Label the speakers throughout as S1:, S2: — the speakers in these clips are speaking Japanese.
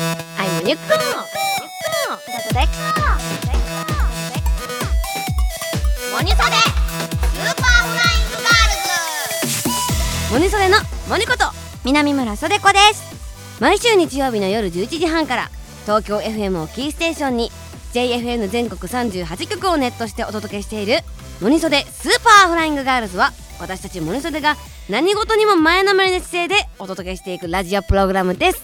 S1: ゆっくろゆっくろだだだっモニソレスーパーフライングガールズモニソレのモニこと
S2: 南村そでこです
S1: 毎週日曜日の夜11時半から東京 FM をキーステーションに JFN 全国38局をネットしてお届けしている「モニソデスーパーフライングガールズは」私たちモニソデが何事にも前のめりの姿勢でお届けしていくラジオプログラムです。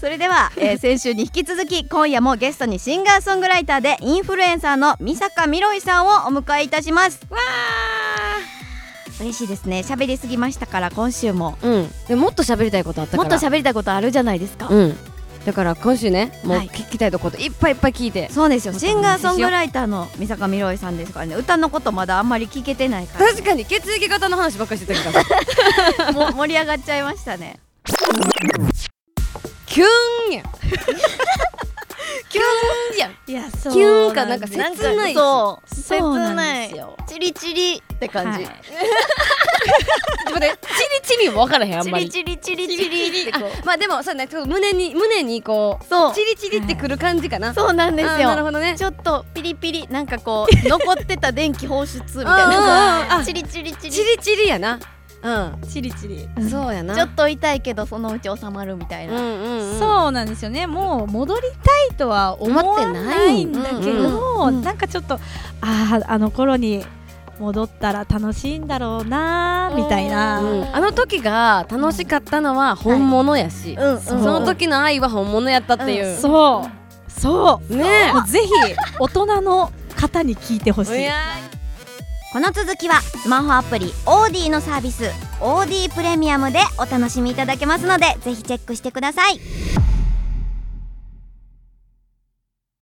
S2: それでは、え ー先週に引き続き今夜もゲストにシンガーソングライターでインフルエンサーの美坂みろいさんをお迎えいたしますわー嬉しいですね喋りすぎましたから今週も
S1: うん、でもっと喋りたいことあった
S2: も
S1: か
S2: っ
S1: ら
S2: と喋りたいことあるじゃないですか、
S1: うん、だから今週ねもう
S2: はい
S1: 聞きたいとこといっぱいいっぱい聞いて、
S2: そうですよ
S1: もっと
S2: シンガーソングライターの美坂みろいさんですからね歌のことまだあんまり聞けてないから
S1: 確かに血液型の話ばっかりしてたけど
S2: もう盛り上がっちゃいましたね
S1: キュ ンやんキュンやん
S2: いやそう
S1: キュンかなんか切ないし
S2: そう
S3: そうなんです
S2: よ
S3: よチリチリって感じ、
S1: ちょっと待ってチリチリも分からへんあん
S3: チ
S1: ま
S3: リ
S1: り
S3: チリチリチリってこう
S1: まあでもそうねちょっと胸に胸にこう
S3: そう
S1: チリチリってくる感じかな、
S3: そうなんです
S1: あーなる
S3: よ
S1: ほどね
S3: ちょっとピリピリなんかこう残ってた電気放出みたい
S1: うんうんうん
S3: な
S1: あ
S3: チリチリチリ
S1: チリチリやなうん、
S4: チリチリ
S2: うん
S1: そうやな
S3: ちょっと痛いけどそのうち収まるみたい
S1: うん
S3: な、
S1: うん、うん、
S4: そうなんですよねもう戻りたいとは思
S1: 思っ
S4: わ
S1: てな
S4: ないいんだけど、
S3: うんうん
S4: なんかちょっとあああの頃に戻ったら楽しいんだろうなみたいな、
S1: うん、あの時が楽しかったのは本物やし、
S3: うんうん
S1: その時の愛は本物やったっていう、
S4: そうそう
S1: ねえ
S4: もうぜひ大人の方に聞いてほしい
S1: いや
S2: この続きはスマホアプリオーディのサービスオーディプレミアムでお楽しみいただけますのでぜひチェックしてください